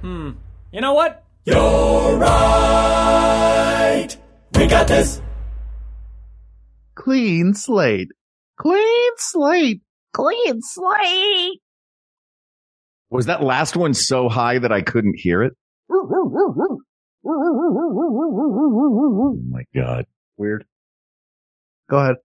Hmm. You know what? You're right. We got this. Clean slate. Clean slate. Queen Slay! Was that last one so high that I couldn't hear it? Oh my God. Weird. Go ahead.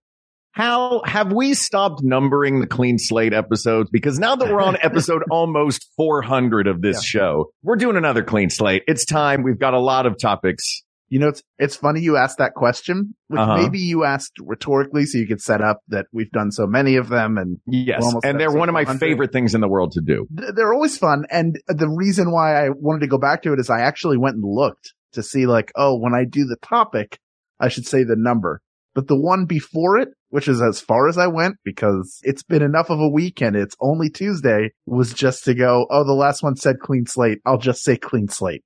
How have we stopped numbering the clean slate episodes? Because now that we're on episode almost 400 of this show, we're doing another clean slate. It's time. We've got a lot of topics. You know, it's, it's funny you asked that question, which Uh-huh. maybe you asked rhetorically so you could set up that we've done so many of them and Yes. We're almost And at they're episode one of my 400. favorite things in the world to do. th- they're always fun. And the reason why I wanted to go back to it is I actually went and looked to see like, oh, when I do the topic, I should say the number, but the one before it, which is as far as I went because it's been enough of a weekend. It's only Tuesday was just to go. Oh, the last one said clean slate. I'll just say clean slate.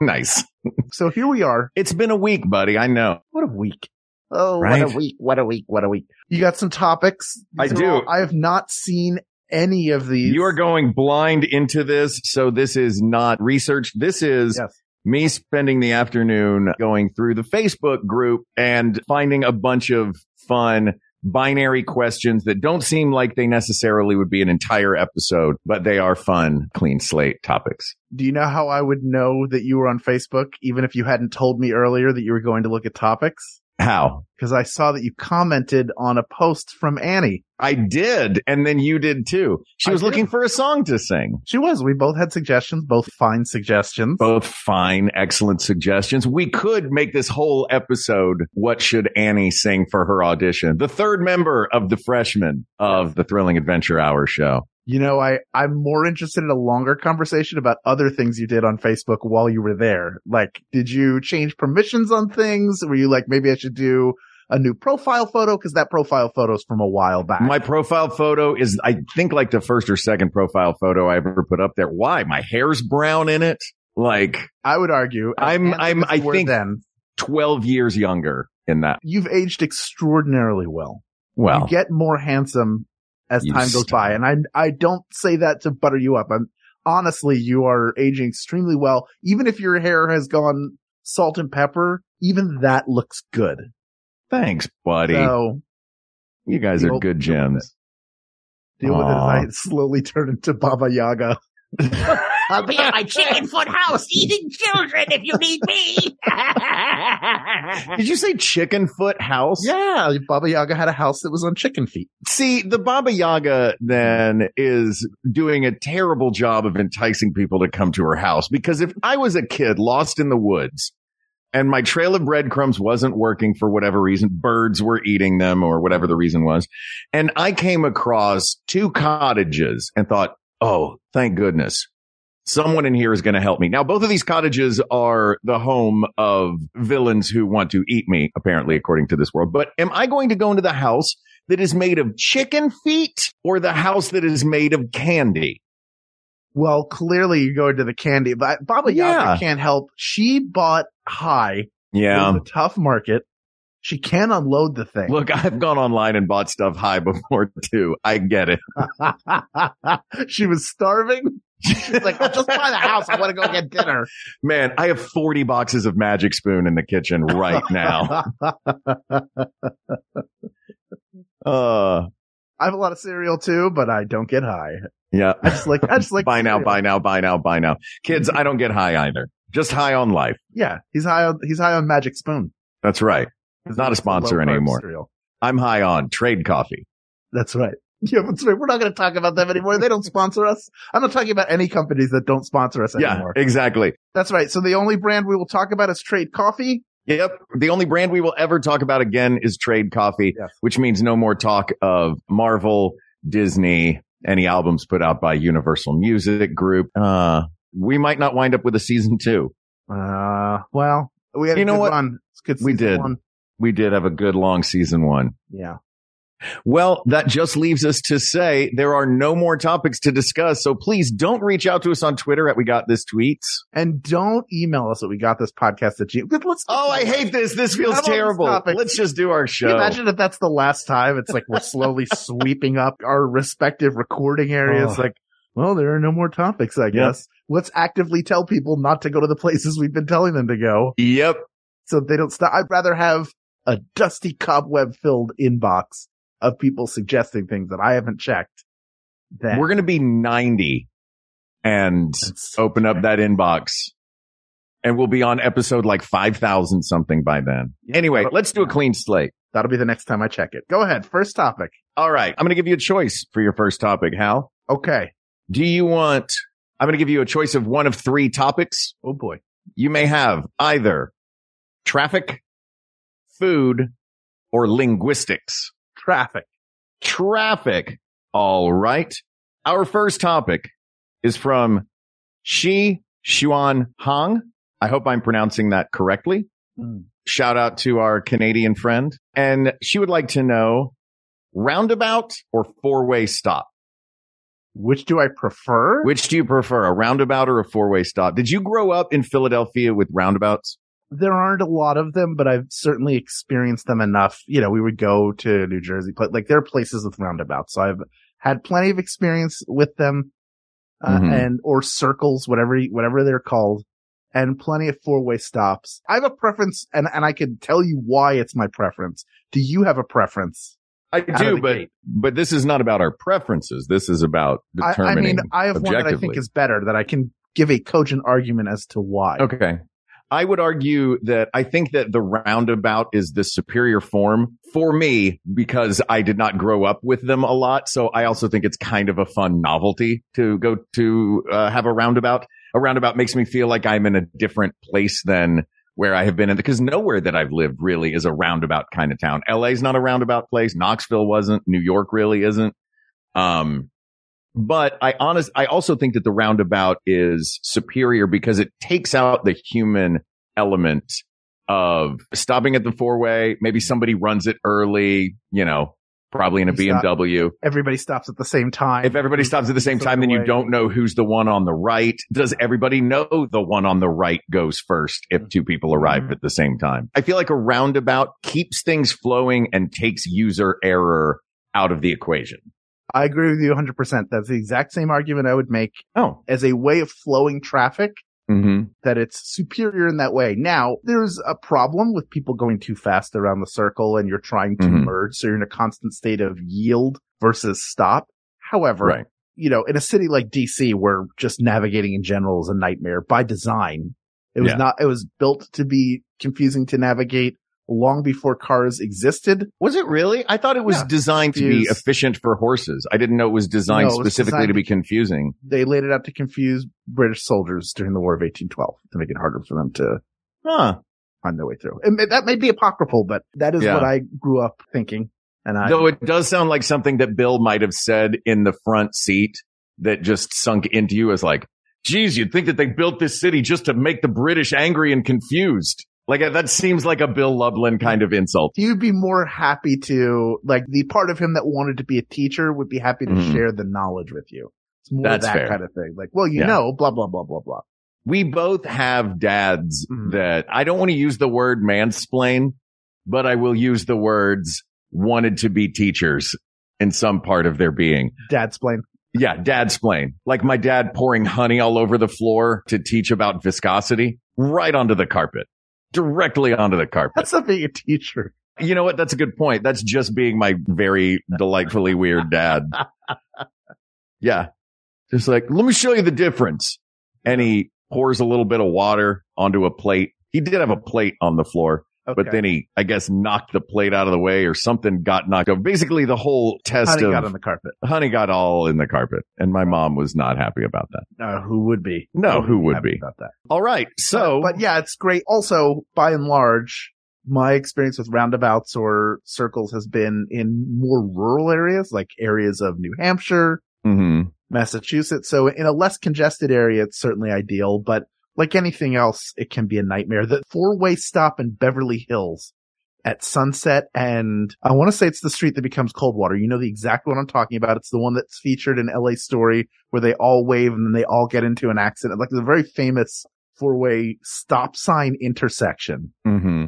Nice. So here we are. It's been a week, buddy. I know. What a week. Oh, what Right? a week. What a week. What a week. You got some topics. I These are do. all- I have not seen any of these. You are going blind into this. So this is not research. This is Yes. me spending the afternoon going through the Facebook group and finding a bunch of fun binary questions that don't seem like they necessarily would be an entire episode, but they are fun, clean slate topics. Do you know how I would know that you were on Facebook, even if you hadn't told me earlier that you were going to look at topics? How? Because I saw that you commented on a post from Annie. I did. And then you did too. She I was did. looking for a song to sing. She was. We both had suggestions, both fine suggestions. Both fine, excellent suggestions. We could make this whole episode what should Annie sing for her audition? The third member of the freshmen of the Thrilling Adventure Hour show. You know, I, I'm more interested in a longer conversation about other things you did on Facebook while you were there. Like, did you change permissions on things? Were you like, maybe I should do a new profile photo? Cause that profile photo's from a while back. My profile photo is, I think, like the first or second profile photo I ever put up there. Why? My hair's brown in it. Like I would argue. I'm- and I'm- if you I were think- then 12 years younger in that. you've aged extraordinarily well. Well, you get more handsome as You time goes stop. by. And I, I don't say that to butter you up. I'm honestly, you are aging extremely well. Even if your hair has gone salt and pepper, even that looks good. thanks, buddy. So you guys are Well, good deal with gems. deal with it Aw. as I slowly turn into Baba Yaga. I'll be at my chicken foot house eating children if you need me! Did you say chicken foot house? Yeah. Baba Yaga had a house that was on chicken feet. See, the Baba Yaga then is doing a terrible job of enticing people to come to her house because if I was a kid lost in the woods and my trail of breadcrumbs wasn't working for whatever reason, birds were eating them or whatever the reason was, and I came across two cottages and thought, oh, thank goodness. Someone in here is going to help me. Now, both of these cottages are the home of villains who want to eat me, apparently, according to this world. But am I going to go into the house that is made of chicken feet or the house that is made of candy? Well, clearly you go into the candy, but Baba Yeah. Yaga can't help. She bought high. It was a tough market. She can unload the thing. Look, I've gone online and bought stuff high before too. I get it. she was starving. She's like, "Oh, just buy the house. I want to go get dinner. Man, I have 40 boxes of magic spoon in the kitchen right now. uh, I have a lot of cereal too, but I don't get high. yeah. I just like, I just like buy now, cereal. buy now, buy now, buy now. Kids, I don't get high either. Just high on life. Yeah, he's high on he's high on Magic Spoon. That's right. It's not a It's sponsor low-carb anymore. cereal. I'm high on trade coffee. That's right. Yeah, that's right. We're not going to talk about them anymore. They don't sponsor us. I'm not talking about any companies that don't sponsor us anymore. Yeah, exactly. That's right. So the only brand we will talk about is Trade Coffee. Yep. The only brand we will ever talk about again is Trade Coffee, Yes. which means no more talk of Marvel, Disney, any albums put out by Universal Music Group. Uh, we might not wind up with a season two. Uh, well, we had a You know good what? run. It's good We season did. one. We did have a good long season one. Yeah. Well, that just leaves us to say there are no more topics to discuss. So please don't reach out to us on Twitter at We Got This Tweets. And don't email us that we got this podcast at G. Let's Oh, I hate this. This feels How about this terrible. topic? Let's just do our Can you show. imagine if that's the last time? It's like we're slowly sweeping up our respective recording areas. Oh. Like, well, there are no more topics, I guess. Let's actively tell people not to go to the places we've been telling them to go Yep. so they don't stop. I'd rather have a dusty cobweb filled inbox of people suggesting things that I haven't checked. Than We're going to be 90 and open up that inbox and we'll be on episode like 5,000 something by then. Anyway, let's do a clean slate. That'll be the next time I check it. Go ahead. First topic. All right. I'm going to give you a choice for your first topic. Hal, Okay. do you want, I'm going to give you a choice of one of three topics. Oh boy. You may have either traffic, food, or linguistics. Traffic. traffic. All right. Our first topic is from Shi Xuan Hong. I hope I'm pronouncing that correctly. Mm. Shout out to our Canadian friend. And she would like to know roundabout or four way stop? Which do I prefer? Which do you prefer, a roundabout or a four way stop? Did you grow up in Philadelphia with roundabouts? there aren't a lot of them, but I've certainly experienced them enough. You know, we would go to New Jersey, but like there are places with roundabouts. So I've had plenty of experience with them, uh, Mhm. and or circles, whatever, you- whatever they're called and plenty of four way stops. I have a preference and, and I can tell you why it's my preference. Do you have a preference? I Out of do, the but gate. but this is not about our preferences. This is about I, I mean, determining. I have one that I think objectively. is better that I can give a cogent argument as to why. Okay. I would argue that I think that the roundabout is the superior form for me because I did not grow up with them a lot. So I also think it's kind of a fun novelty to go to uh, have a roundabout. A roundabout makes me feel like I'm in a different place than where I have been in because nowhere that I've lived really is a roundabout kind of town. LA's not a roundabout place. Knoxville wasn't. New York really isn't. Um, but I honest, I also think that the roundabout is superior because it takes out the human element of stopping at the four way. Maybe somebody runs it early, you know, probably in a Stop. BMW. Everybody stops at the same time. If everybody stops at the same Stop time, then you away. don't know who's the one on the right. Does everybody know the one on the right goes first if two people arrive at the same time? I feel like a roundabout keeps things flowing and takes user error out of the equation. I agree with you 100%. That's the exact same argument I would make Oh. as a way of flowing traffic Mm-hmm. that it's superior in that way. Now, there's a problem with people going too fast around the circle and you're trying to Mhm. merge. So you're in a constant state of yield versus stop. However, Right. you know, in a city like DC where just navigating in general is a nightmare by design, it was Yeah. not, it was built to be confusing to navigate long before cars existed. Was it really? I thought it was Yeah. designed to be Confused. efficient for horses. I didn't know it was designed No, it was specifically designed to be to- confusing. They laid it out to confuse British soldiers during the War of 1812 to make it harder for them to Huh. find their way through. And that may be apocryphal, but that is Yeah. what I grew up thinking. And I, Though it does sound like something that Bill might have said in the front seat that just sunk into you as like, geez, you'd think that they built this city just to make the British angry and confused. Like uh, that seems like a Bill Lublin kind of insult. he'd be more happy to, like, the part of him that wanted to be a teacher would be happy to Mhm. share the knowledge with you. It's more That's that fair. kind of thing. Like, well, you Yeah. know, blah, blah, blah, blah, blah. We both have dads Mhm. that I don't want to use the word mansplain, but I will use the words wanted to be teachers in some part of their being. Dad's plane. Yeah, dad's plane. Like my dad pouring honey all over the floor to teach about viscosity right onto the carpet, directly onto the carpet. That's not being a teacher. You know what? That's a good point. That's just being my very delightfully weird dad. Yeah. Just like, let me show you the difference. And he pours a little bit of water onto a plate. He did have a plate on the floor, Okay. but then he, I guess, knocked the plate out of the way or something got knocked over. Basically, the whole test honey of got on the carpet. honey got all in the carpet and my mom was not happy about that No, Uh, who would be? No, who would happy be? about that? all right so but, but yeah, it's great. Also, by and large, my experience with roundabouts or circles has been in more rural areas, like areas of New Hampshire, Mhm. Massachusetts. So in a less congested area, it's certainly ideal, but like anything else, it can be a nightmare. The four way stop in Beverly Hills at sunset. And I want to say it's the street that becomes Coldwater. You know, the exact one I'm talking about. It's the one that's featured in LA story where they all wave and then they all get into an accident. Like the very famous four way stop sign intersection. Mm-hmm.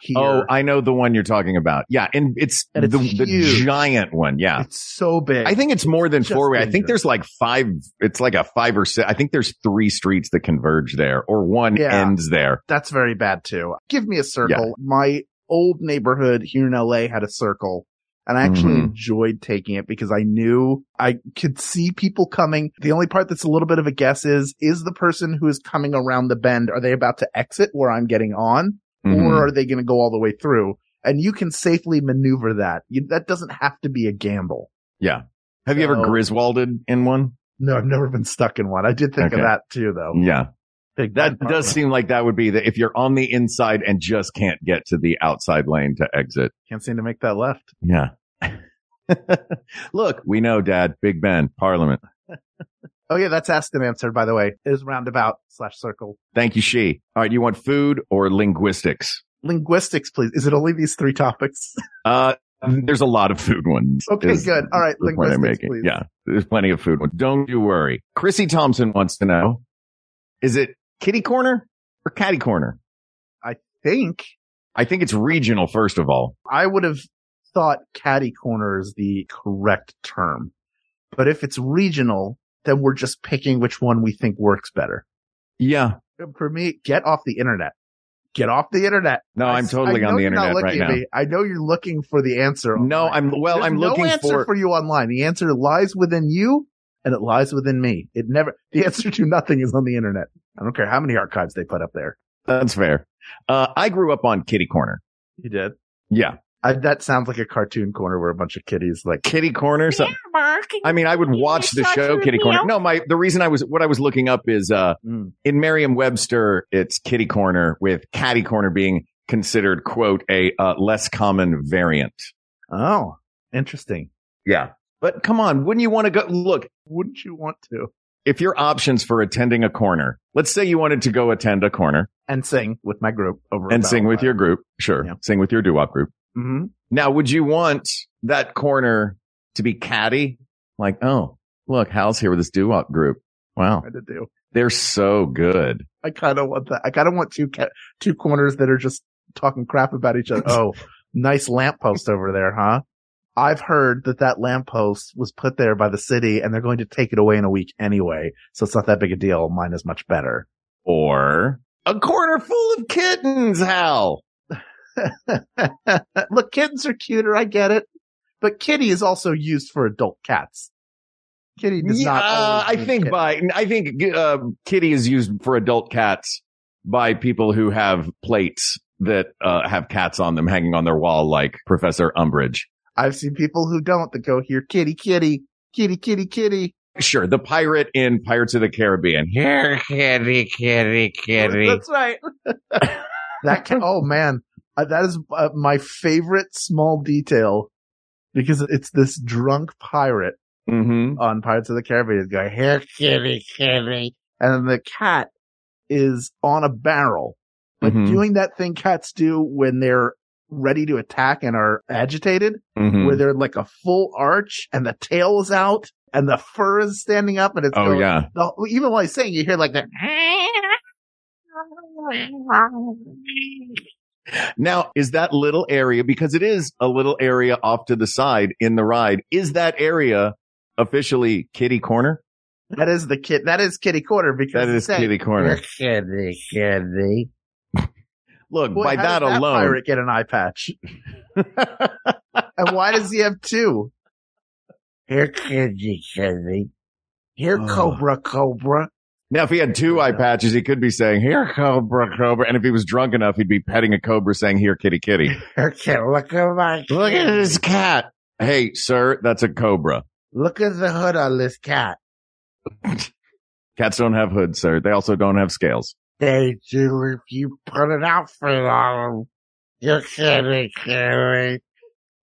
Here. Oh, I know the one you're talking about. Yeah, and it's, And it's the, huge. the giant one. Yeah, it's so big. uh, I think it's more than Just four way. I think dangerous. there's like five. It's like a five or six. I think there's three streets that converge there, or one Yeah. ends there. that's very bad too. Give me a circle. My old neighborhood here in LA had a circle and I actually Mhm. enjoyed taking it because I knew I could see people coming. The only part that's a little bit of a guess is, is the person who is coming around the bend, are they about to exit where I'm getting on Mhm. or are they going to go all the way through? And you can safely maneuver that. You, that doesn't have to be a gamble. Have you ever so- Griswolded in one? No, I've never been stuck in one. I did think Okay. of that too though. Yeah, Big that apartment. does seem like that would be the if you're on the inside and just can't get to the outside lane to exit. Can't seem to make that left. Yeah. Look, we know, Dad. Big Ben, Parliament. Oh yeah, that's asked and answered. By the way, it is roundabout slash circle Thank you, she. All right, you want food or linguistics? linguistics. Please, is it only these three topics? Uh, there's a lot of food ones. Okay, is good. All right, the point I'm linguistics, making. please. Yeah, there's plenty of food ones. Don't you worry. Chrissy Thompson wants to know: Is it kitty corner or catty corner? Think I think it's regional. First of all, I would have thought caddy corner is the correct term, but if it's regional, then we're just picking which one we think works better. yeah. For me, get off the internet. Get off the internet. No, I Oh, I'm s- totally I on know the you're not internet right looking at now. me. I know you're looking for the answer. No, online. I'm well. There's I'm looking no answer for, for... you online. The answer lies within you and it lies within me. It never, the answer to nothing is on the internet. I don't care how many archives they put up there. That's fair. Uh, I grew up on Kitty Corner. You did. Yeah, I, that sounds like a cartoon corner where a bunch of kiddies like, Kitty Corner. So Mark. I mean, I would You watch the saw show True Kitty Corner. Meow? No, my the reason I was what I was looking up is uh, Mm. in Merriam-Webster, it's Kitty Corner with Catty Corner being considered quote a uh, less common variant. oh, interesting. Yeah, but come on, wouldn't you want to go look? Wouldn't you want to? If your options for attending a corner, let's say you wanted to go attend a corner And sing with my group over and sing with your group, sure, Yeah. sing with your doo-wop group. hmm Now, would you want that corner to be catty? Like, oh, look, Hal's here with his doo-wop group. Wow. I to do. They're so good. I kind of want that. I kind of want two ca- two corners that are just talking crap about each other. Oh, nice lamppost over there, huh? I've heard that that lamppost was put there by the city and they're going to take it away in a week anyway. So it's not that big a deal. Mine is much better. Or a corner full of kittens, Hal. Look, kittens are cuter. I get it. But kitty is also used for adult cats. Kitty does Yeah, not. uh, always I mean think kitten. by, I think uh, kitty is used for adult cats by people who have plates that uh, have cats on them hanging on their wall, like Professor Umbridge. I've seen people who don't that go here, kitty, kitty, kitty, kitty, kitty. Sure, the pirate in Pirates of the Caribbean. Here, kitty, kitty, kitty. That's right. that can, oh man, uh, that is uh, my favorite small detail because it's this drunk pirate Mm-hmm. on Pirates of the Caribbean going here, Kitty, kitty. and the cat is on a barrel, but Mhm. doing that thing cats do when they're ready to attack and are agitated, mm-hmm. Hmm. where they're like a full arch and the tail is out and the fur is standing up and it's Oh going, yeah. the, even while he's saying, you hear like that. Now is that little area because it is a little area off to the side in the ride. Is that area officially kitty corner? That is the kid. That is kitty corner because That is it's saying, kitty corner. Kitty, kitty. Look, "Boy, by how that, does that alone, pirate get an eye patch. and why does he have two? Here, kitty, kitty. Here, Oh. Cobra, Cobra. now if he had two eye patches, he could be saying "Here, cobra, cobra," and if he was drunk enough, he'd be petting a cobra, saying "Here, kitty, kitty." Here, kitty. Look at my. Look at this cat. Hey, sir, that's a cobra. Look at the hood on this cat. Cats don't have hoods, sir. They also don't have scales. They do if you put an outfit on them. You're kitty, kitty.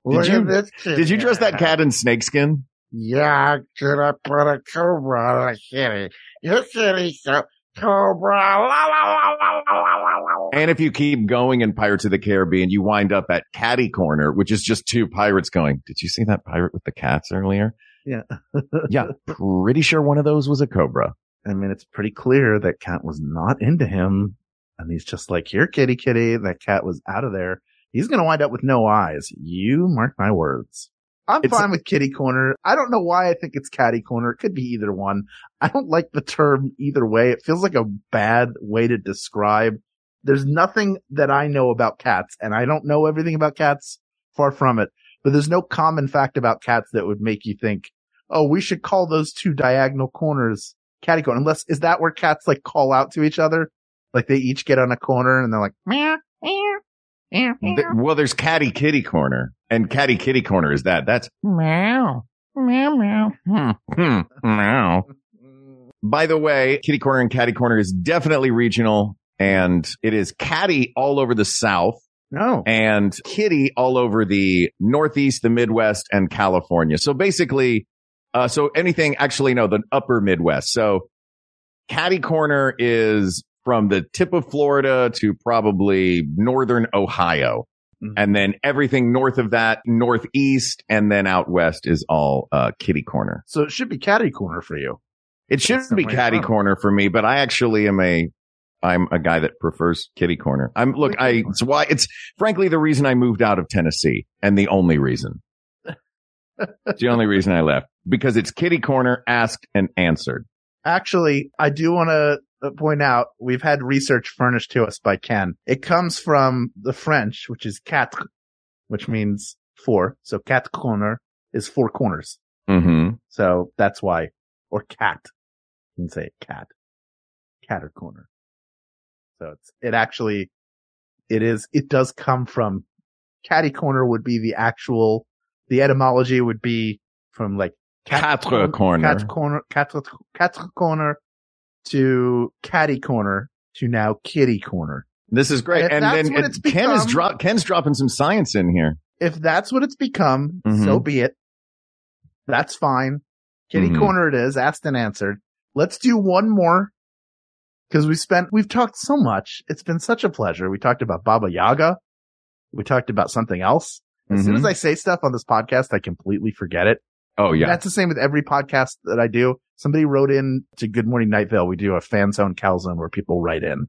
Look you- at this kitty. Did you dress that cat in snakeskin? Yeah, I'm gonna put a cobra on a kitty. Your kitty's a cobra. La, la, la, la, la, la, la, la. And if you keep going in Pirates of the Caribbean, you wind up at Caddy Corner, which is just two pirates going, Did you see that pirate with the cats earlier? Yeah. yeah. Pretty sure one of those was a cobra. I mean, it's pretty clear that cat was not into him. And he's just like, here, kitty, kitty. That cat was out of there. He's going to wind up with no eyes. You mark my words. I'm It's- fine with kitty corner. I don't know why I think it's catty corner. It could be either one. I don't like the term either way. It feels like a bad way to describe. There's nothing that I know about cats and I don't know everything about cats. Far from it. But there's no common fact about cats that would make you think, oh, we should call those two diagonal corners catty corner. Unless is that where cats like call out to each other? Like they each get on a corner and they're like, Meow, meow, meow, Th- well, there's Caddy Kitty Corner, and Caddy Kitty Corner is that. That's meow, meow, meow. hmm, hmm, meow. By the way, Kitty Corner and Caddy Corner is definitely regional, and it is Caddy all over the South. no. and kitty all over the Northeast, the Midwest, and California. So basically, uh, so anything actually, no, the upper Midwest. So Caddy Corner is from the tip of Florida to probably northern Ohio. Mhm. And then everything north of that, northeast, and then out west is all uh, kitty corner. So it should be catty corner for you. It should That's not be my catty problem. corner for me, but I actually am a I'm a guy that prefers kitty corner. I'm look, I it's why it's frankly the reason I moved out of Tennessee and the only reason. it's the only reason I left because it's kitty corner asked and answered. Actually, I do want to point out we've had research furnished to us by Ken. It comes from the French, which is quatre, which means four. So quatre corner is four corners. Mm-hmm. So that's why, or cat. You can say it, cat, cat or corner. So it's, it actually, it is, it does come from catty corner would be the actual, the etymology would be from like cat Quatre corner. cat corner, cat, cat corner to catty corner to now kitty corner. This is great. If and that's then what it- it's Ken is become- drop Ken's dropping some science in here. If that's what it's become, Mhm. so be it. That's fine. Kitty Mhm. corner it is, asked and answered. Let's do one more. Cause we spent, we've talked so much. It's been such a pleasure. We talked about Baba Yaga. We talked about something else. As soon Mhm. as I say stuff on this podcast, I completely forget it. Oh yeah. That's the same with every podcast that I do. Somebody wrote in to Good Morning Night Vale. We do a fan zone calzone where people write in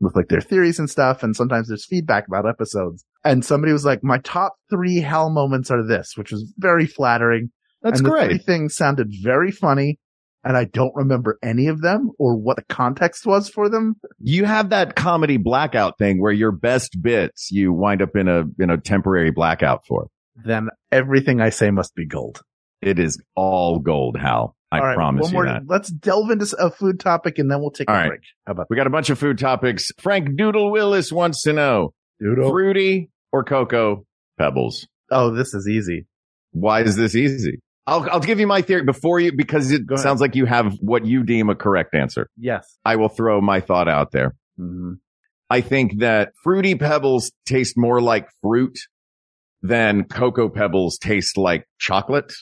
with like their theories and stuff. And sometimes there's feedback about episodes. And somebody was like, my top three hell moments are this, which was very flattering. That's and The great. three things sounded very funny. And I don't remember any of them or what the context was for them. You have that comedy blackout thing where your best bits you wind up in a in a temporary blackout for. Then everything I say must be gold. It is all gold, Hal. I All right, promise one you more- that. Let's delve into a food topic and then we'll take All a right. break. How about We got a bunch of food topics. Frank Doodle Willis wants to know that? oh. Doodle. fruity or cocoa pebbles. Oh, this is easy. Why is this easy? I'll, I'll give you my theory before you, because it Go ahead. sounds like you have what you deem a correct answer. Yes. I will throw my thought out there. Mhm. I think that fruity pebbles taste more like fruit than cocoa pebbles taste like chocolate.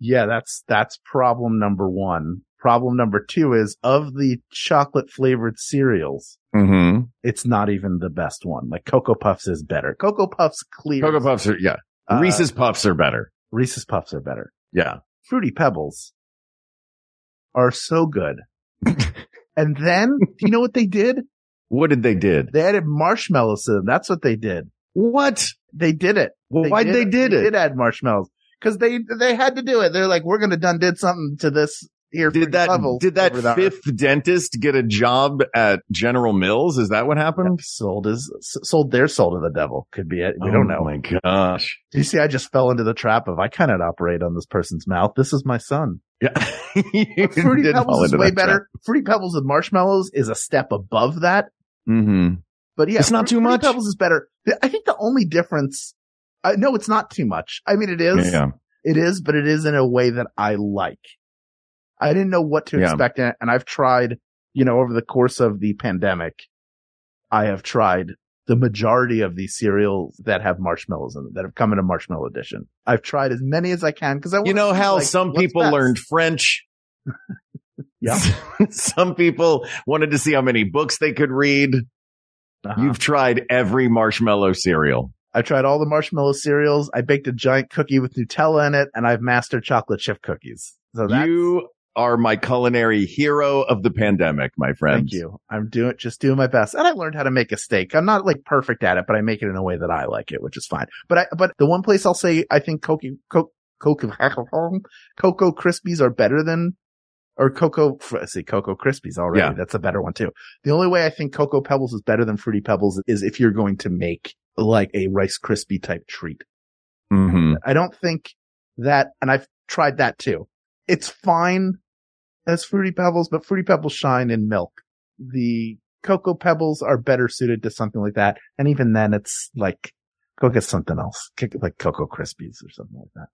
Yeah, that's that's problem number one. Problem number two is of the chocolate flavored cereals, Mm-hmm. it's not even the best one. Like Cocoa Puffs is better. Cocoa Puffs clear. Cocoa puffs are, yeah. Uh, Reese's puffs are better. Reese's Puffs are better. Yeah. Fruity Pebbles are so good. and then do you know what they did? What did they did? They added marshmallows to them. That's what they did. What? They did it. Well, why'd they did They it? did add marshmallows because they they had to do it. They're like, we're gonna done did something to this here. Fruity Did that Pebbles did that over there." fifth dentist get a job at General Mills? Is that what happened? sold his sold their soul to the devil could be it. We don't know. Oh my gosh. You see, I just fell into the trap of I cannot operate on this person's mouth. This is my son. Yeah. You But Fruity did fall Pebbles is into way that better. Fruity Pebbles with marshmallows is a step above that. trap. Mhm. But yeah, It's not Fru- too Fruity much? Pebbles is better. The- I think the only difference. Uh, no, it's not too much. I mean, it is. Yeah. It is, but it is in a way that I like. I didn't know what to Yeah. expect, and and I've tried. You know, over the course of the pandemic, I have tried the majority of these cereals that have marshmallows in them that have come in a marshmallow edition. I've tried as many as I can because I You wanna know see, how like, some what's people best. learned French. Yeah. some people wanted to see how many books they could read. Uh-huh. You've tried every marshmallow cereal. I've tried all the marshmallow cereals. I baked a giant cookie with Nutella in it, and I've mastered chocolate chip cookies. So that's You are my culinary hero of the pandemic, my friend. Thank you. I'm doing just doing my best, and I learned how to make a steak. I'm not like perfect at it, but I make it in a way that I like it, which is fine. But I, but the one place I'll say I think Coco Coco Coco Cocoa Krispies are better than or Cocoa. I see Cocoa Krispies already. Yeah. That's a better one too. The only way I think Cocoa Pebbles is better than Fruity Pebbles is if you're going to make like a Rice Krispie type treat. Mhm. I don't think that, and I've tried that too. It's fine as Fruity Pebbles, but Fruity Pebbles shine in milk. The Cocoa Pebbles are better suited to something like that. And even then, it's like, go get something else, Kick- like Cocoa Krispies or something like that.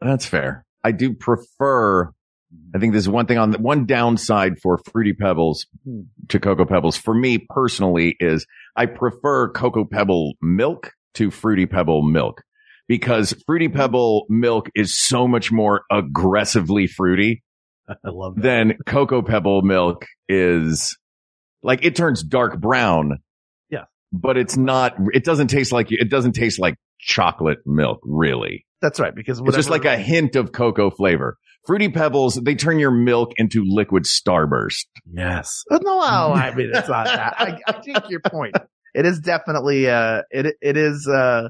That's fair. I do prefer. I think there's one thing on the one downside for Fruity Pebbles to Cocoa Pebbles for me personally is I prefer Cocoa Pebble milk to Fruity Pebble milk because Fruity Pebble milk is so much more aggressively fruity I love that. than Cocoa Pebble milk is like it turns dark brown. Yeah. But it's not, it doesn't taste like, it doesn't taste like chocolate milk really. That's right. Because It's just like a hint of cocoa flavor. Fruity Pebbles, they turn your milk into liquid starburst. yes. No, well, I mean, it's not that. I, I take your point. It is definitely, uh, it, it is, uh,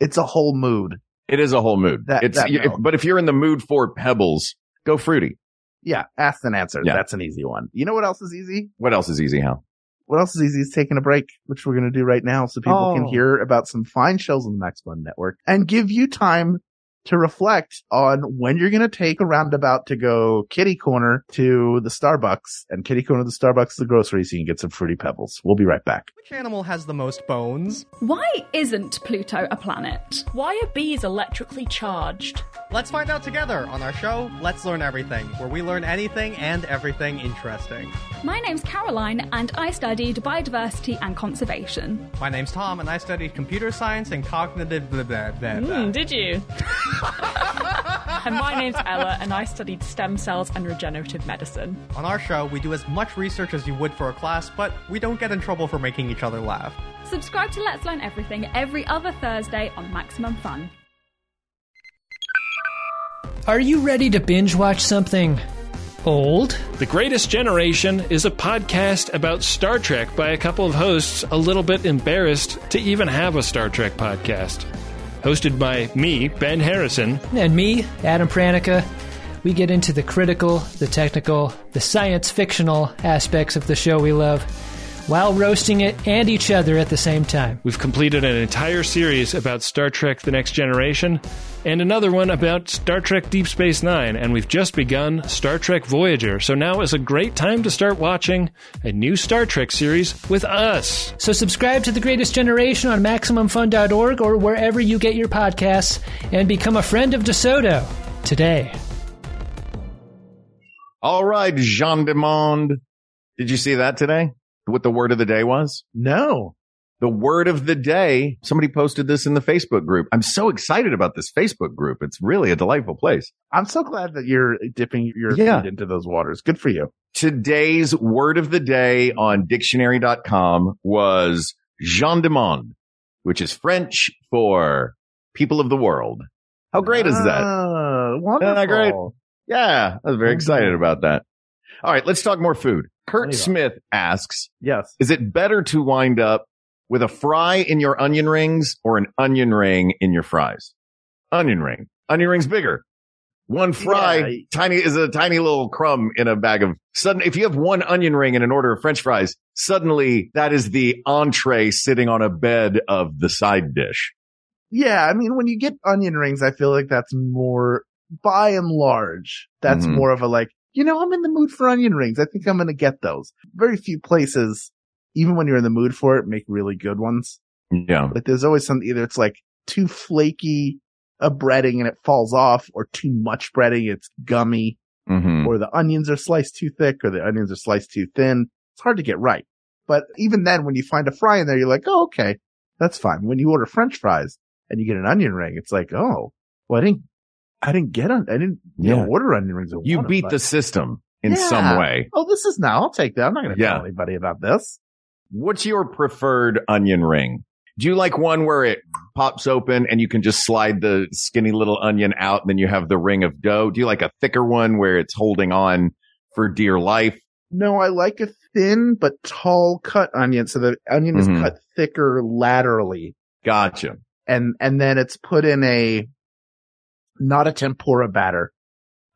it's a whole mood. It is a whole mood. That- it's, that you- milk. but if you're in the mood for pebbles, go fruity. Yeah. Ask and answer. Yeah. That's an easy one. You know what else is easy? What else is easy, Hal? what else is easy is taking a break, which we're going to do right now so people can Oh. hear about some fine shows on the Max Fun Network and give you time to reflect on when you're going to take a roundabout to go kitty corner to the Starbucks and kitty corner to the Starbucks, to the grocery, so you can get some fruity pebbles. We'll be right back. Which animal has the most bones? Why isn't Pluto a planet? Why are bees electrically charged? Let's find out together on our show, Let's Learn Everything, where we learn anything and everything interesting. My name's Caroline and I studied biodiversity and conservation. My name's Tom, and I studied computer science and cognitive. Blah, blah, blah, blah. Hmm, did you? and my name's Ella and I studied stem cells and regenerative medicine. On our show, we do as much research as you would for a class, but we don't get in trouble for making each other laugh. Subscribe to Let's Learn Everything every other Thursday on Maximum Fun. Are you ready to binge watch something old? The Greatest Generation is a podcast about Star Trek by a couple of hosts a little bit embarrassed to even have a Star Trek podcast. Hosted by me, Ben Harrison. And me, Adam Pranica. We get into the critical, the technical, the science fictional aspects of the show we love while roasting it and each other at the same time. We've completed an entire series about Star Trek The Next Generation and another one about Star Trek Deep Space Nine, and we've just begun Star Trek Voyager. So now is a great time to start watching a new Star Trek series with us. So subscribe to The Greatest Generation on MaximumFun.org or wherever you get your podcasts and become a friend of DeSoto today. All right, Jean Demond. Did you see that today? What the word of the day was? No. The word of the day. Somebody posted this in the Facebook group. I'm so excited about this Facebook group. It's really a delightful place. I'm so glad that you're dipping your Yeah. feet into those waters. Good for you. Today's word of the day on dictionary.com was Jean de Monde, which is French for people of the world. How great is that? Ah, Isn't wonderful. that great? Yeah, I was very excited about that. All right, let's talk more food. Kurt Anyway. Smith asks, Yes. is it better to wind up with a fry in your onion rings or an onion ring in your fries? Onion ring. Onion ring's bigger. One fry, Yeah. tiny is a tiny little crumb in a bag of sudden. If you have one onion ring and an order of French fries, suddenly that is the entree sitting on a bed of the side dish. Yeah, I mean, when you get onion rings, I feel like that's more, by and large, that's Mhm. more of a like, you know, I'm in the mood for onion rings. I think I'm going to get those. Very few places, even when you're in the mood for it, make really good ones. Yeah. Like there's always something either it's like too flaky a breading and it falls off or too much breading. It's gummy Mm-hmm. or the onions are sliced too thick or the onions are sliced too thin. It's hard to get right. But even then, when you find a fry in there, you're like, oh, okay, that's fine. When you order French fries and you get an onion ring, it's like, oh, well, I didn't, I didn't get on, I didn't you know, Yeah. order onion rings. I You wanted, beat but- the system in Yeah. some way. Oh, this is now. I'll take that. I'm not going to Yeah. tell anybody about this. What's your preferred onion ring? Do you like one where it pops open and you can just slide the skinny little onion out and then you have the ring of dough? Do you like a thicker one where it's holding on for dear life? No, I like a thin but tall cut onion. So the onion Mhm. is cut thicker laterally Gotcha. and, and then it's put in a, not a tempura batter,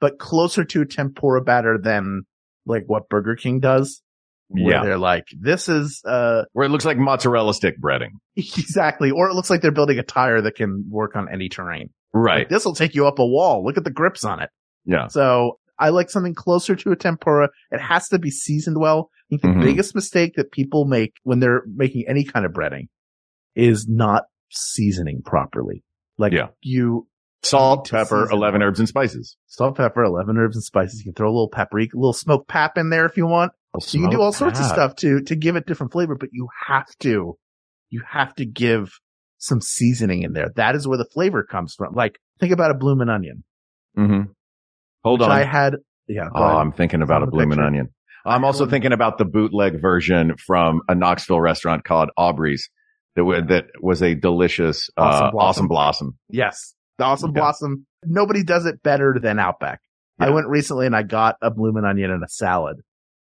but closer to a tempura batter than like what Burger King does. Where Yeah. they're like, this is, uh, Where it looks like mozzarella stick breading. exactly. Or it looks like they're building a tire that can work on any terrain. Right. This will take you up a wall. Look at the grips on it. Yeah. So I like something closer to a tempura. It has to be seasoned well. I think the Mhm. biggest mistake that people make when they're making any kind of breading is not seasoning properly. Like Yeah. you Salt, pepper, season 11 herbs and spices. salt, pepper, 11 herbs and spices. You can throw a little paprika, a little smoked pap in there if you want. So you can do all sorts of pap. stuff to, to give it different flavor, but you have to, you have to give some seasoning in there. That is where the flavor comes from. Like think about a bloomin' onion. Mm-hmm. Hold which on. I had, yeah. go Oh, ahead. I'm thinking on about a the bloomin' picture. onion. I'm also thinking about the bootleg version from a Knoxville restaurant called Aubrey's that wa- that was a delicious uh, Awesome awesome, Blossom. blossom. Yes. The awesome Yeah. blossom. Nobody does it better than Outback. I went recently and I got a bloomin' onion and a salad.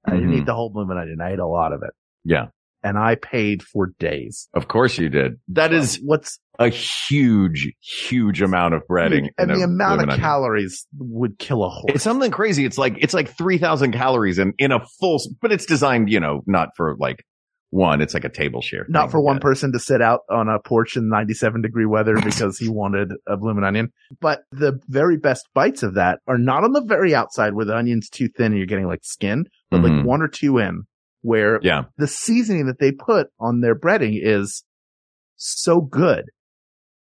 I didn't Mhm. eat the whole bloomin' onion. I ate a lot of it Yeah, and I paid for days. of course you did. That is What's a huge, huge amount of breading and in the a amount of Bloomin' Onion. calories would kill a horse. It's something crazy. It's like it's like three thousand calories in in a full, s- but it's designed, you know, not for like one. It's like a table share. Not thing. for one Yeah. person to sit out on a porch in 97 degree weather because he wanted a bloomin' onion. But the very best bites of that are not on the very outside where the onion's too thin and you're getting like skin, but Mhm. like one or two in where Yeah, the seasoning that they put on their breading is so good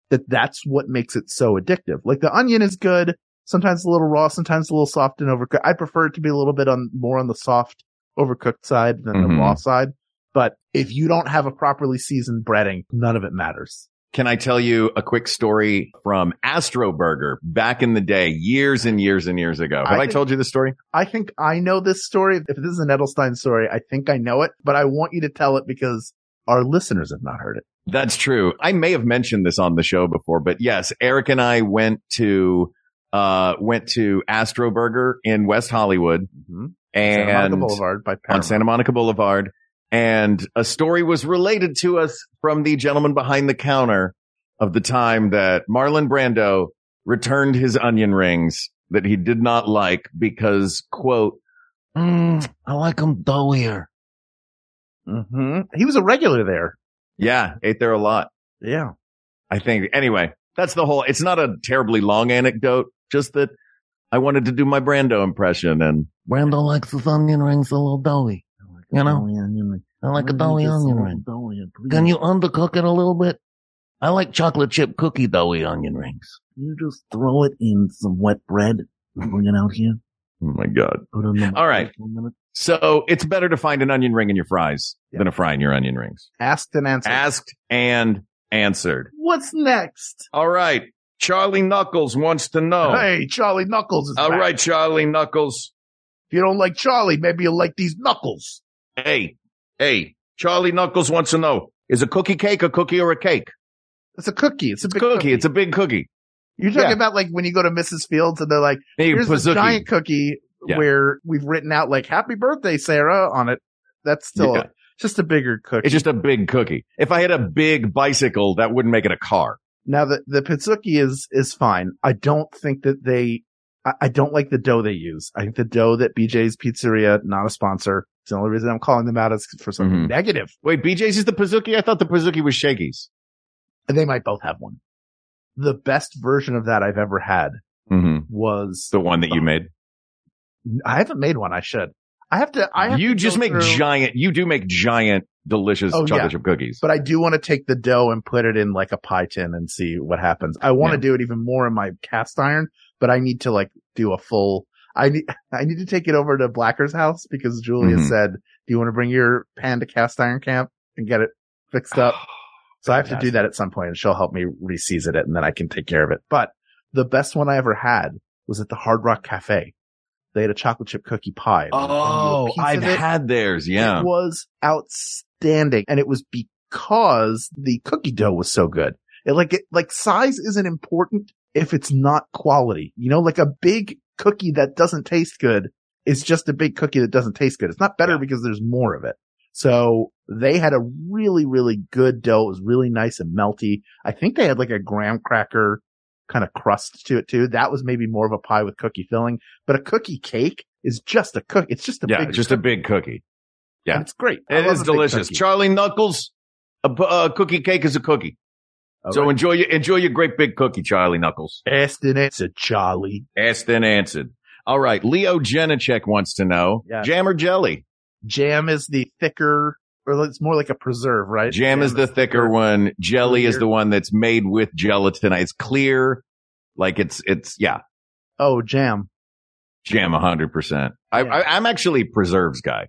that that's what makes it so addictive. Like the onion is good, sometimes a little raw, sometimes a little soft and overcooked. I prefer it to be a little bit on more on the soft, overcooked side than the Mhm. raw side. But if you don't have a properly seasoned breading, none of it matters. Can I tell you a quick story from Astro Burger back in the day, years and years and years ago? Have I I, think- told you this story? I think I know this story. If this is an Edelstein story, I think I know it, but I want you to tell it because our listeners have not heard it. That's true. I may have mentioned this on the show before, but yes, Eric and I went to uh went to Astro Burger in West Hollywood Mm-hmm. Santa Monica and Boulevard by on Paramount. Santa Monica Boulevard. And a story was related to us from the gentleman behind the counter of the time that Marlon Brando returned his onion rings that he did not like because, quote, "Mm, I like them doughier. hmm He was a regular there. Yeah, ate there a lot. Yeah. I think. Anyway, that's the whole. It's not a terribly long anecdote. Just that I wanted to do my Brando impression, and Brando likes his onion rings a little doughy. You know? I like a doughy onion ring. Can you undercook it a little bit? I like chocolate chip cookie doughy onion rings. You just throw it in some wet bread and bring it out here. oh my god. Put it in the All right. So it's better to find an onion ring in your fries Yeah. than a fry in your onion rings. Asked and answered. Asked and answered. What's next? All right. Charlie Knuckles wants to know. Hey, Charlie Knuckles is Oh. All back. right, Charlie Knuckles. If you don't like Charlie, maybe you'll like these knuckles. Hey, hey, Charlie Knuckles wants to know: Is a cookie cake a cookie or a cake? It's a cookie. It's a big Cookie. cookie. It's a big cookie. You're talking yeah. about like when you go to Mrs. Fields and they're like, Hey, here's Pazookie. this giant cookie Yeah. where we've written out like happy birthday, Sarah on it. That's still Yeah. just a bigger cookie. It's just a big cookie. If I had a big bicycle, that wouldn't make it a car. Now the the pizzuki is is fine. I don't think that they. I, I don't like the dough they use. I think the dough that BJ's Pizzeria, not a sponsor. It's the only reason I'm calling them out is for something Mhm. negative. Wait, BJ's is the Pazuki? I thought the Pazuki was Shakey's. They might both have one. The best version of that I've ever had Mm-hmm. was The one that Oh. you made. I haven't made one. I should. I have to. I have you to just go make through- giant. You do make giant, delicious Oh, yeah. chocolate chip cookies. But I do want to take the dough and put it in like a pie tin and see what happens. I want to Yeah. do it even more in my cast iron, but I need to like do a full. I need I need to take it over to Blacker's house because Julia Mhm. said Do you want to bring your pan to cast iron camp and get it fixed up? so I have to do that at some point and she'll help me reseason it and then I can take care of it. But the best one I ever had was at the Hard Rock Cafe. They had a chocolate chip cookie pie. Oh, piece I've of it. had theirs. Yeah. It was outstanding. And it was because the cookie dough was so good. It like it like size isn't important if it's not quality. You know, like a big cookie that doesn't taste good is just a big cookie that doesn't taste good. It's not better because there's more of it. So they had a really, really good dough. It was really nice and melty. I think they had like a graham cracker kind of crust to it too. That was maybe more of a pie with cookie filling, but a cookie cake is just a cook. It's just a yeah, big just a big cookie. Yeah. it's great. I It love is a big delicious. cookie. Charlie Knuckles, a, bu- uh cookie cake is a cookie. so enjoy your, enjoy your great big cookie, Charlie Knuckles. Asked and answered, Charlie. Asked and answered. All right. Leo Genacek wants to know Yeah. jam or jelly? Jam is the thicker, or it's more like a preserve, right? Jam is the thicker one. Jelly is the one that's made with gelatin. It's clear. Like it's, it's, yeah, Oh, jam. jam a hundred percent. I, I, I'm actually preserves guy.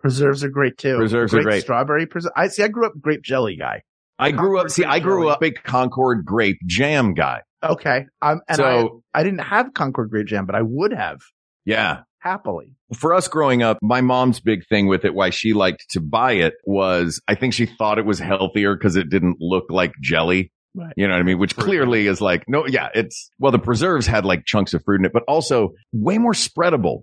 Preserves are great too. Preserves are great great. Strawberry preserve. I see. I grew up grape jelly guy. I grew up, see, I grew up a Concord grape jam guy. Okay. Um, and So- I, I didn't have Concord grape jam, but I would have Yeah. happily. For us growing up, my mom's big thing with it, why she liked to buy it was I think she thought it was healthier because it didn't look like jelly. Right. You know what I mean? Which clearly is like, no, yeah, it's, well, the preserves had like chunks of fruit in it, but also way more spreadable,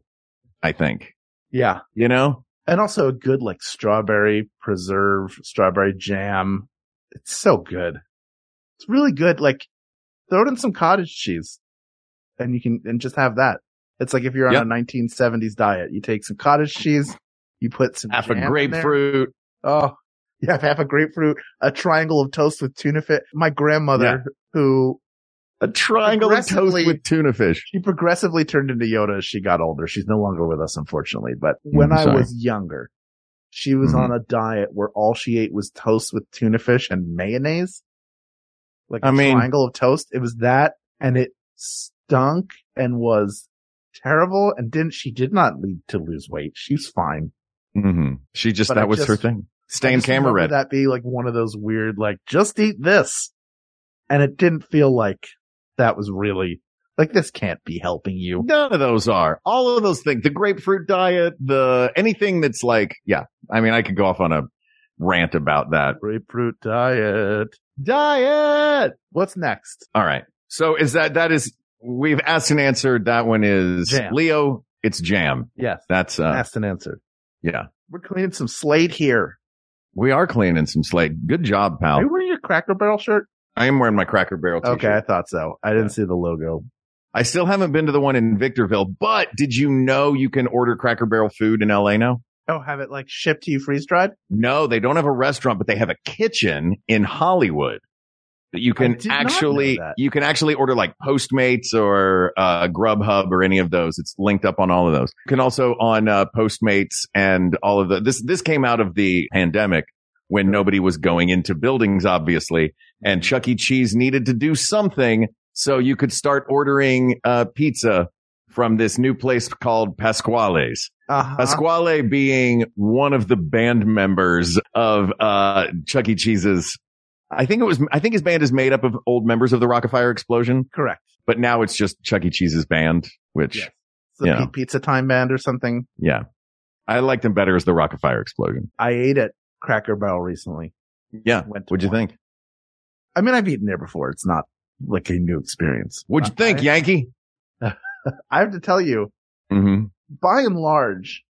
I think. Yeah. You know? And also a good like strawberry preserve, strawberry jam. It's so good. It's really good. Like throw it in some cottage cheese and you can, and just have that. It's like if you're on Yep. a 1970s diet, you take some cottage cheese, you put some Half a jam in there. grapefruit. Oh, you have half a grapefruit, a triangle of toast with tuna fish. My grandmother, who A triangle of toast Aggressively- with tuna fish. she progressively turned into Yoda as she got older. She's no longer with us, unfortunately. But when I Mm, sorry. was younger, she was Mhm. on a diet where all she ate was toast with tuna fish and mayonnaise. Like a I mean- triangle of toast. It was that and it stunk and was terrible and didn't she did not lead to lose weight. She's fine. hmm She just, But that I was her just- thing. I Staying just camera remember red. That be like one of those weird, like just eat this, and it didn't feel like that was really like this can't be helping you. None of those are. All of those things. The grapefruit diet, the anything that's like, yeah. I mean, I could go off on a rant about that. Grapefruit diet. Diet. What's next? All right. So is that, that is, we've asked and answered. That one is Jam. Leo. It's jam. Yes, That's, uh, asked and answered. yeah. We're cleaning some slate here. We are cleaning some slate. Good job, Are you pal. wearing your Cracker Barrel shirt? I am wearing my Cracker Barrel Oh. t-shirt. Okay, I thought so. I didn't see the logo. I still haven't been to the one in Victorville, but did you know you can order Cracker Barrel food in LA now? Oh, have it like shipped to you freeze dried? No, they don't have a restaurant, but they have a kitchen in Hollywood that you can did not know actually that. you can actually order like Postmates or uh, Grubhub or any of those. It's linked up on all of those. You can also on uh, Postmates and all of the this this came out of the pandemic when nobody was going into buildings, obviously, and Mm-hmm. Chuck E. Cheese needed to do something, so you could start ordering uh, pizza from this new place called Pasquale's. Uh-huh. Pasquale being one of the band members of uh, Chuck E. Cheese's. I think it was. I think his band is made up of old members of the Rockafire Explosion, Correct. but now it's just Chuck E. Cheese's band. Which, Yes. It's the Yeah. Pete Pizza Time Band or something. yeah, I liked them better as the Rockafire Explosion. I ate at Cracker Barrel recently. Yeah. Went to What'd you one. think? I mean, I've eaten there before. It's not like a new experience. What'd Uh, you I- think, I- Yankee? I have to tell you, Mm-hmm. by and large,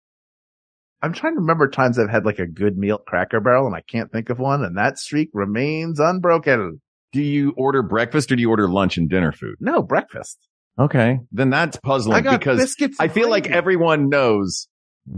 I'm trying to remember times I've had like a good meal at Cracker Barrel and I can't think of one and that streak remains unbroken. Do you order breakfast or do you order lunch and dinner food? No, breakfast. Okay, then that's puzzling I got because biscuits. I and feel like gravy. everyone knows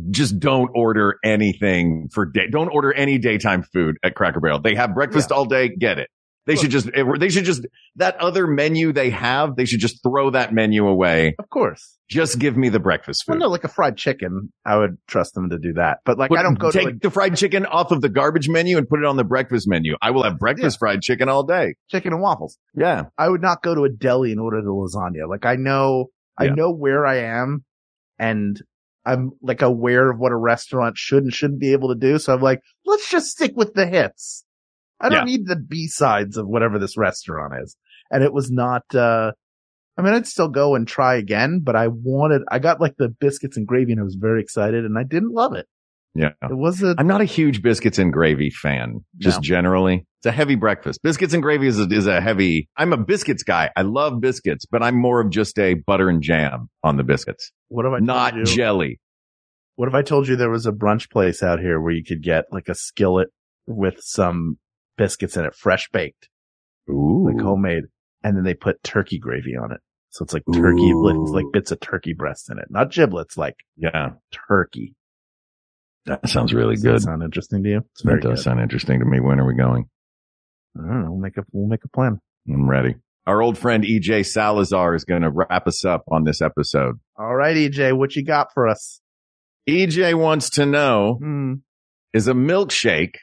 just don't order anything for day. Don't order any daytime food at Cracker Barrel. They have breakfast all day. Get it. They should just, eh, they should just, that other menu they have, they should just throw that menu away. Of course. Just give me the breakfast Well, food. no, like a fried chicken. I would trust them to do that. But like, Put- I don't go take to a the fried chicken off of the garbage menu and put it on the breakfast menu. I will have breakfast fried chicken all day. chicken and waffles. Yeah. I would not go to a deli and order the lasagna. Like I know, I Yeah. know where I am and I'm like aware of what a restaurant should and shouldn't be able to do. So I'm like, let's just stick with the hits. I don't need the B sides of whatever this restaurant is. And it was not, uh, I mean, I'd still go and try again, but I wanted, I got like the biscuits and gravy and I was very excited and I didn't love it. Yeah. It was a, I'm not a huge biscuits and gravy fan, just generally. It's a heavy breakfast. Biscuits and gravy is a, is a heavy. I'm a biscuits guy. I love biscuits, but I'm more of just a butter and jam on the biscuits. What have I told Not you? jelly. What if I told you there was a brunch place out here where you could get like a skillet with some biscuits in it, fresh baked, Ooh. like homemade, and then they put turkey gravy on it. So it's like turkey, Ooh. with like bits of turkey breast in it, not giblets, like uh, yeah, turkey. That sounds really Does that good. sound interesting to you? It's that very does good. sound interesting to me. When are we going? I don't know. We'll make a we'll make a plan. I'm ready. Our old friend EJ Salazar is going to wrap us up on this episode. All right, EJ, what you got for us? EJ wants to know Mm-hmm. is a milkshake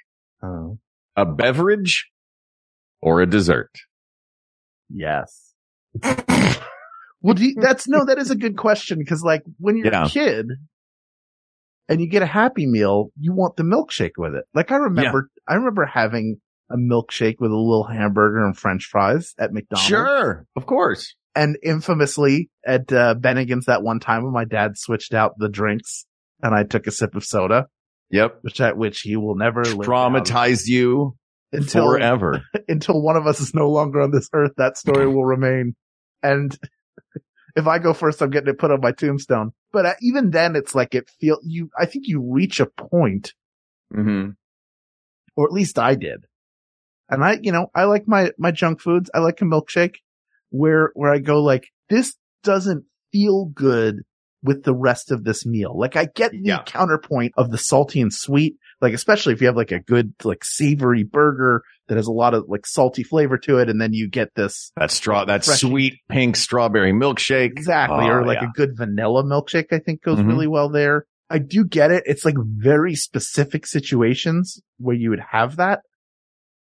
Oh. a beverage or a dessert? Yes. Well, do you, that's no, that is a good question because like when you're Yeah. a kid and you get a happy meal, you want the milkshake with it. Like I remember, I remember having a milkshake with a little hamburger and french fries at McDonald's. Sure. Of course. And infamously at uh, Bennigan's that one time when my dad switched out the drinks and I took a sip of soda. Yep. Which at which he will never live down. Traumatized you Until- forever. until one of us is no longer on this earth, that story will remain. And if I go first, I'm getting it put on my tombstone. But uh, even then, it's like it feel you. I think you reach a point, Mm-hmm. or at least I did. And I, you know, I like my my junk foods. I like a milkshake, where where I go like this doesn't feel good with the rest of this meal. Like I get the counterpoint of the salty and sweet, like especially if you have like a good like savory burger that has a lot of like salty flavor to it, and then you get this That straw, that Refreshing. sweet pink strawberry milkshake. Exactly. or Oh, like yeah. a good vanilla milkshake, I think goes Mhm. really well there. I do get it. It's like very specific situations where you would have that.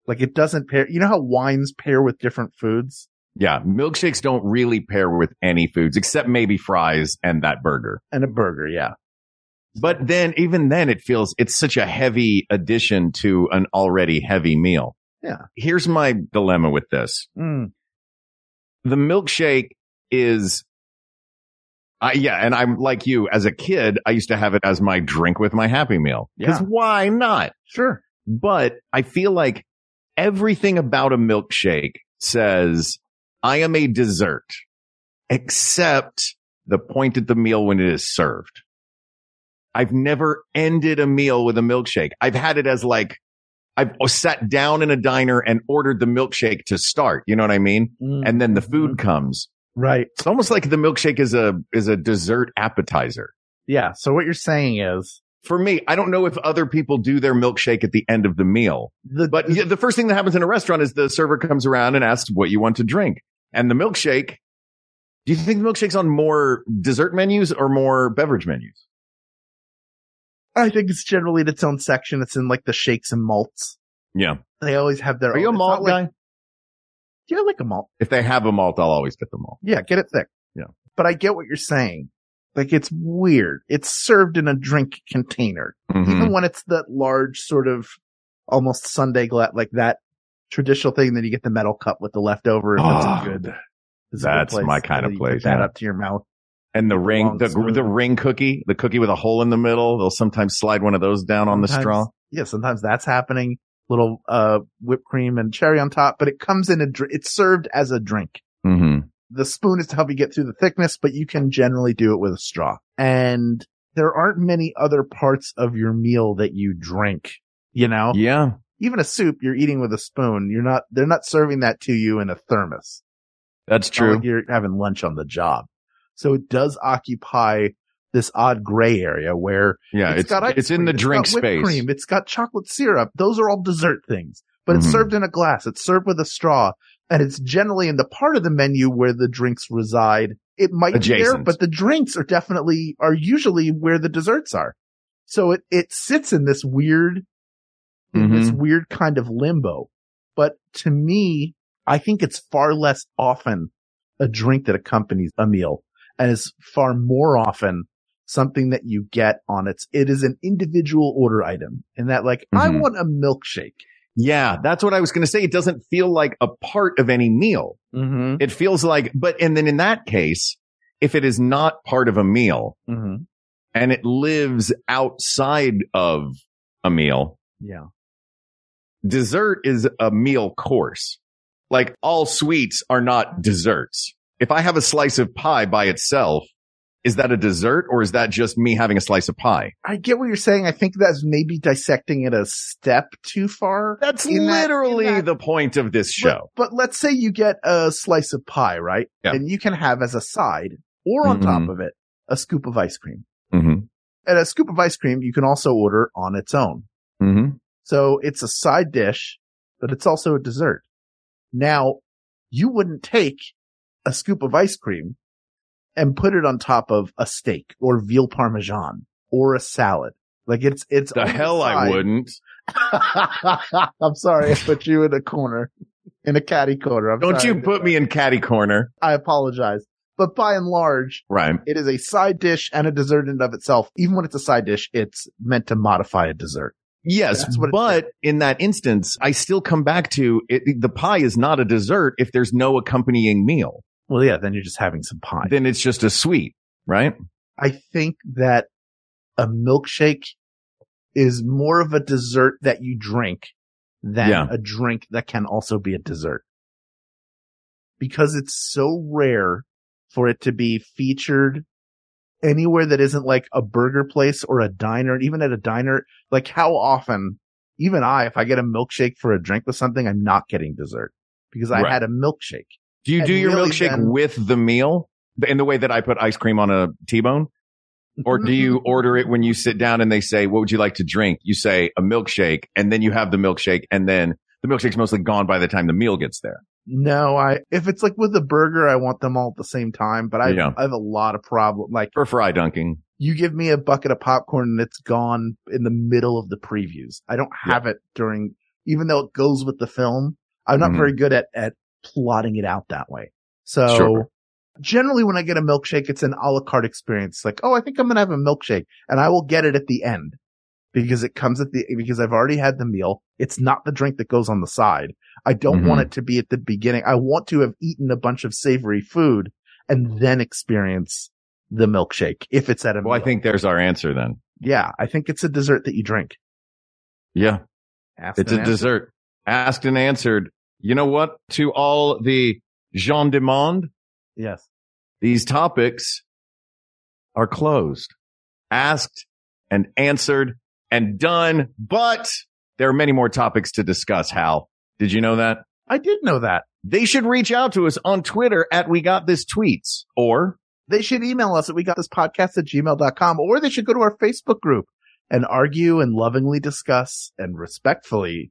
Like it doesn't pair. You know how wines pair with different foods? yeah, milkshakes don't really pair with any foods except maybe fries and that burger. And a burger, yeah. But then, even then, it feels it's such a heavy addition to an already heavy meal. Yeah. Here's my dilemma with this. Mm. the milkshake is I yeah, and I'm like you as a kid, I used to have it as my drink with my happy meal. Cuz Yeah. why not? Sure. But I feel like everything about a milkshake says I am a dessert except the point at the meal when it is served. I've never ended a meal with a milkshake. I've had it as like I've sat down in a diner and ordered the milkshake to start. You know what I mean? And then the food comes. Right. It's almost like the milkshake is a is a dessert appetizer. Yeah. So what you're saying is For me, I don't know if other people do their milkshake at the end of the meal. The- but yeah, the first thing that happens in a restaurant is the server comes around and asks what you want to drink. And the milkshake, do you think the milkshake's on more dessert menus or more beverage menus? I think it's generally in its own section. It's in like the shakes and malts. Yeah. They always have their Are own. you a Oh, it's malt not like- guy? Yeah, I like a malt. If they have a malt, I'll always get the malt. Yeah, get it thick. Yeah. But I get what you're saying. Like it's weird. It's served in a drink container. Mm-hmm. Even when it's that large sort of almost Sunday glass, like that traditional thing, then you get the metal cup with the leftover. If that's Oh, a good, it's a good That's place. my kind You of put place. That yeah. up to your mouth. And the ring, long the, spoon. the ring cookie, the cookie with a hole in the middle. They'll sometimes slide one of those down on the Sometimes- straw. Yeah, sometimes that's happening. Little uh whipped cream and cherry on top, but it comes in a dr- it's served as a drink. Mm-hmm. the spoon is to help you get through the thickness, but you can generally do it with a straw. And there aren't many other parts of your meal that you drink, you know? Yeah. Even a soup you're eating with a spoon. You're not, they're not serving that to you in a thermos. That's It's not like you're having lunch on the job. So it does occupy this odd gray area where Yeah, it's got ice it's in the cream, it's drink got whipped space. Cream, it's got chocolate syrup. Those are all dessert things, but Mhm. it's served in a glass. It's served with a straw, and it's generally in the part of the menu where the drinks reside. It might be there, Adjacent. but the drinks are definitely are usually where the desserts are. So it it sits in this weird in this Mhm. weird kind of limbo. But to me, I think it's far less often a drink that accompanies a meal and is far more often something that you get on its, it is an individual order item and that like, I Mhm. want a milkshake. Yeah, that's what I was going to say. It doesn't feel like a part of any meal. Mm-hmm. It feels like, but, and then in that case, if it is not part of a meal Mm-hmm. and it lives outside of a meal, Yeah. dessert is a meal course. Like all sweets are not desserts. If I have a slice of pie by itself, is that a dessert or is that just me having a slice of pie? I get what you're saying. I think that's maybe dissecting it a step too far. That's in that- literally in that- the point of this show. But let's say you get a slice of pie, right? Yeah. And you can have as a side or on top Mhm. of it a scoop of ice cream. Mhm. And a scoop of ice cream you can also order on its own. Mm-hmm. So it's a side dish, but it's also a dessert. Now you wouldn't take a scoop of ice cream and put it on top of a steak or veal parmesan or a salad. Like it's, it's The on hell I side. wouldn't. I'm sorry. I put you in a corner, in a catty corner. I'm Don't sorry. you put me in catty corner. I apologize. But by and large, Right. it is a side dish and a dessert in and of itself. Even when it's a side dish, it's meant to modify a dessert. Yes, but in that instance, I still come back to it, the pie is not a dessert if there's no accompanying meal. Well, yeah, then you're just having some pie. Then it's just a sweet, right? I think that a milkshake is more of a dessert that you drink than Yeah. a drink that can also be a dessert. Because it's so rare for it to be featured anywhere that isn't like a burger place or a diner, and even at a diner, like how often, even I, if I get a milkshake for a drink with something, I'm not getting dessert because I Right. had a milkshake. Do you And do your really milkshake then- with the meal in the way that I put ice cream on a T-bone? Or do you order it when you sit down and they say, what would you like to drink? You say a milkshake and then you have the milkshake and then the milkshake's mostly gone by the time the meal gets there. No, I if it's like with a burger, I want them all at the same time. But I Yeah. I have a lot of problem. Like Or fry dunking. you give me a bucket of popcorn and it's gone in the middle of the previews. I don't have it during, even though it goes with the film. I'm not Mhm. very good at at plotting it out that way. So Sure. generally, when I get a milkshake, it's an a la carte experience. Like, oh, I think I'm gonna have a milkshake, and I will get it at the end because it comes at the because I've already had the meal. It's not the drink that goes on the side. I don't want Mhm. it to be at the beginning. I want to have eaten a bunch of savory food and then experience the milkshake if it's at a Well, I meal. think there's our answer then. yeah, I think it's a dessert that you drink. Yeah. Asked It's a and answered. dessert. Asked and answered. You know what? To all the gens de monde, Yes. these topics are closed. Asked and answered and done. But there are many more topics to discuss, Hal. Did you know that? I did know that. They should reach out to us on Twitter at We Got This Tweets or They should email us at we got this podcast at gmail.com or they should go to our Facebook group and argue and lovingly discuss and respectfully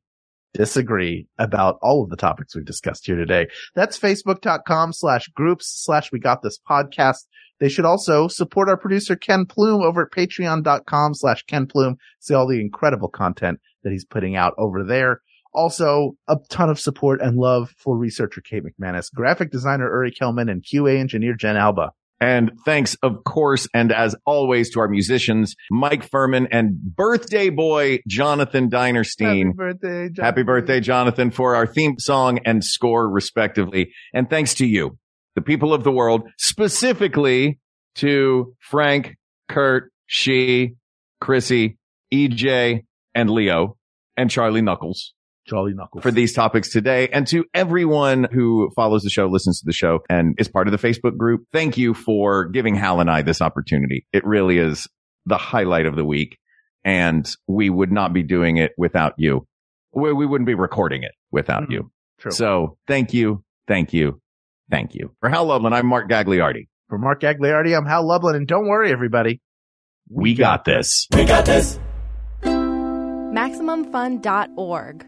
disagree about all of the topics we've discussed here today. That's facebook.com slash groups slash we got this podcast. They should also support our producer Ken Plume over at patreon.com slash Ken Plume. See all the incredible content that he's putting out over there. Also, a ton of support and love for researcher Kate McManus, graphic designer Uri Kelman, and QA engineer Jen Alba. And thanks, of course, and as always, to our musicians, Mike Furman and birthday boy Jonathan Dinerstein. birthday, John. Happy birthday, Jonathan, for our theme song and score, respectively. And thanks to you, the people of the world, specifically to Frank, Kurt, She, Chrissy, EJ, and Leo, and Charlie Knuckles Jolly Knuckles. for these topics today. And to everyone who follows the show, listens to the show, and is part of the Facebook group, thank you for giving Hal and I this opportunity. It really is the highlight of the week. And we would not be doing it without you. We, we wouldn't be recording it without Mhm. you. True. So thank you. Thank you. Thank you. For Hal Loveland, I'm Mark Gagliardi. For Mark Agliardi, I'm Hal Lublin, and don't worry, everybody. We got this. We got this. MaximumFun.org.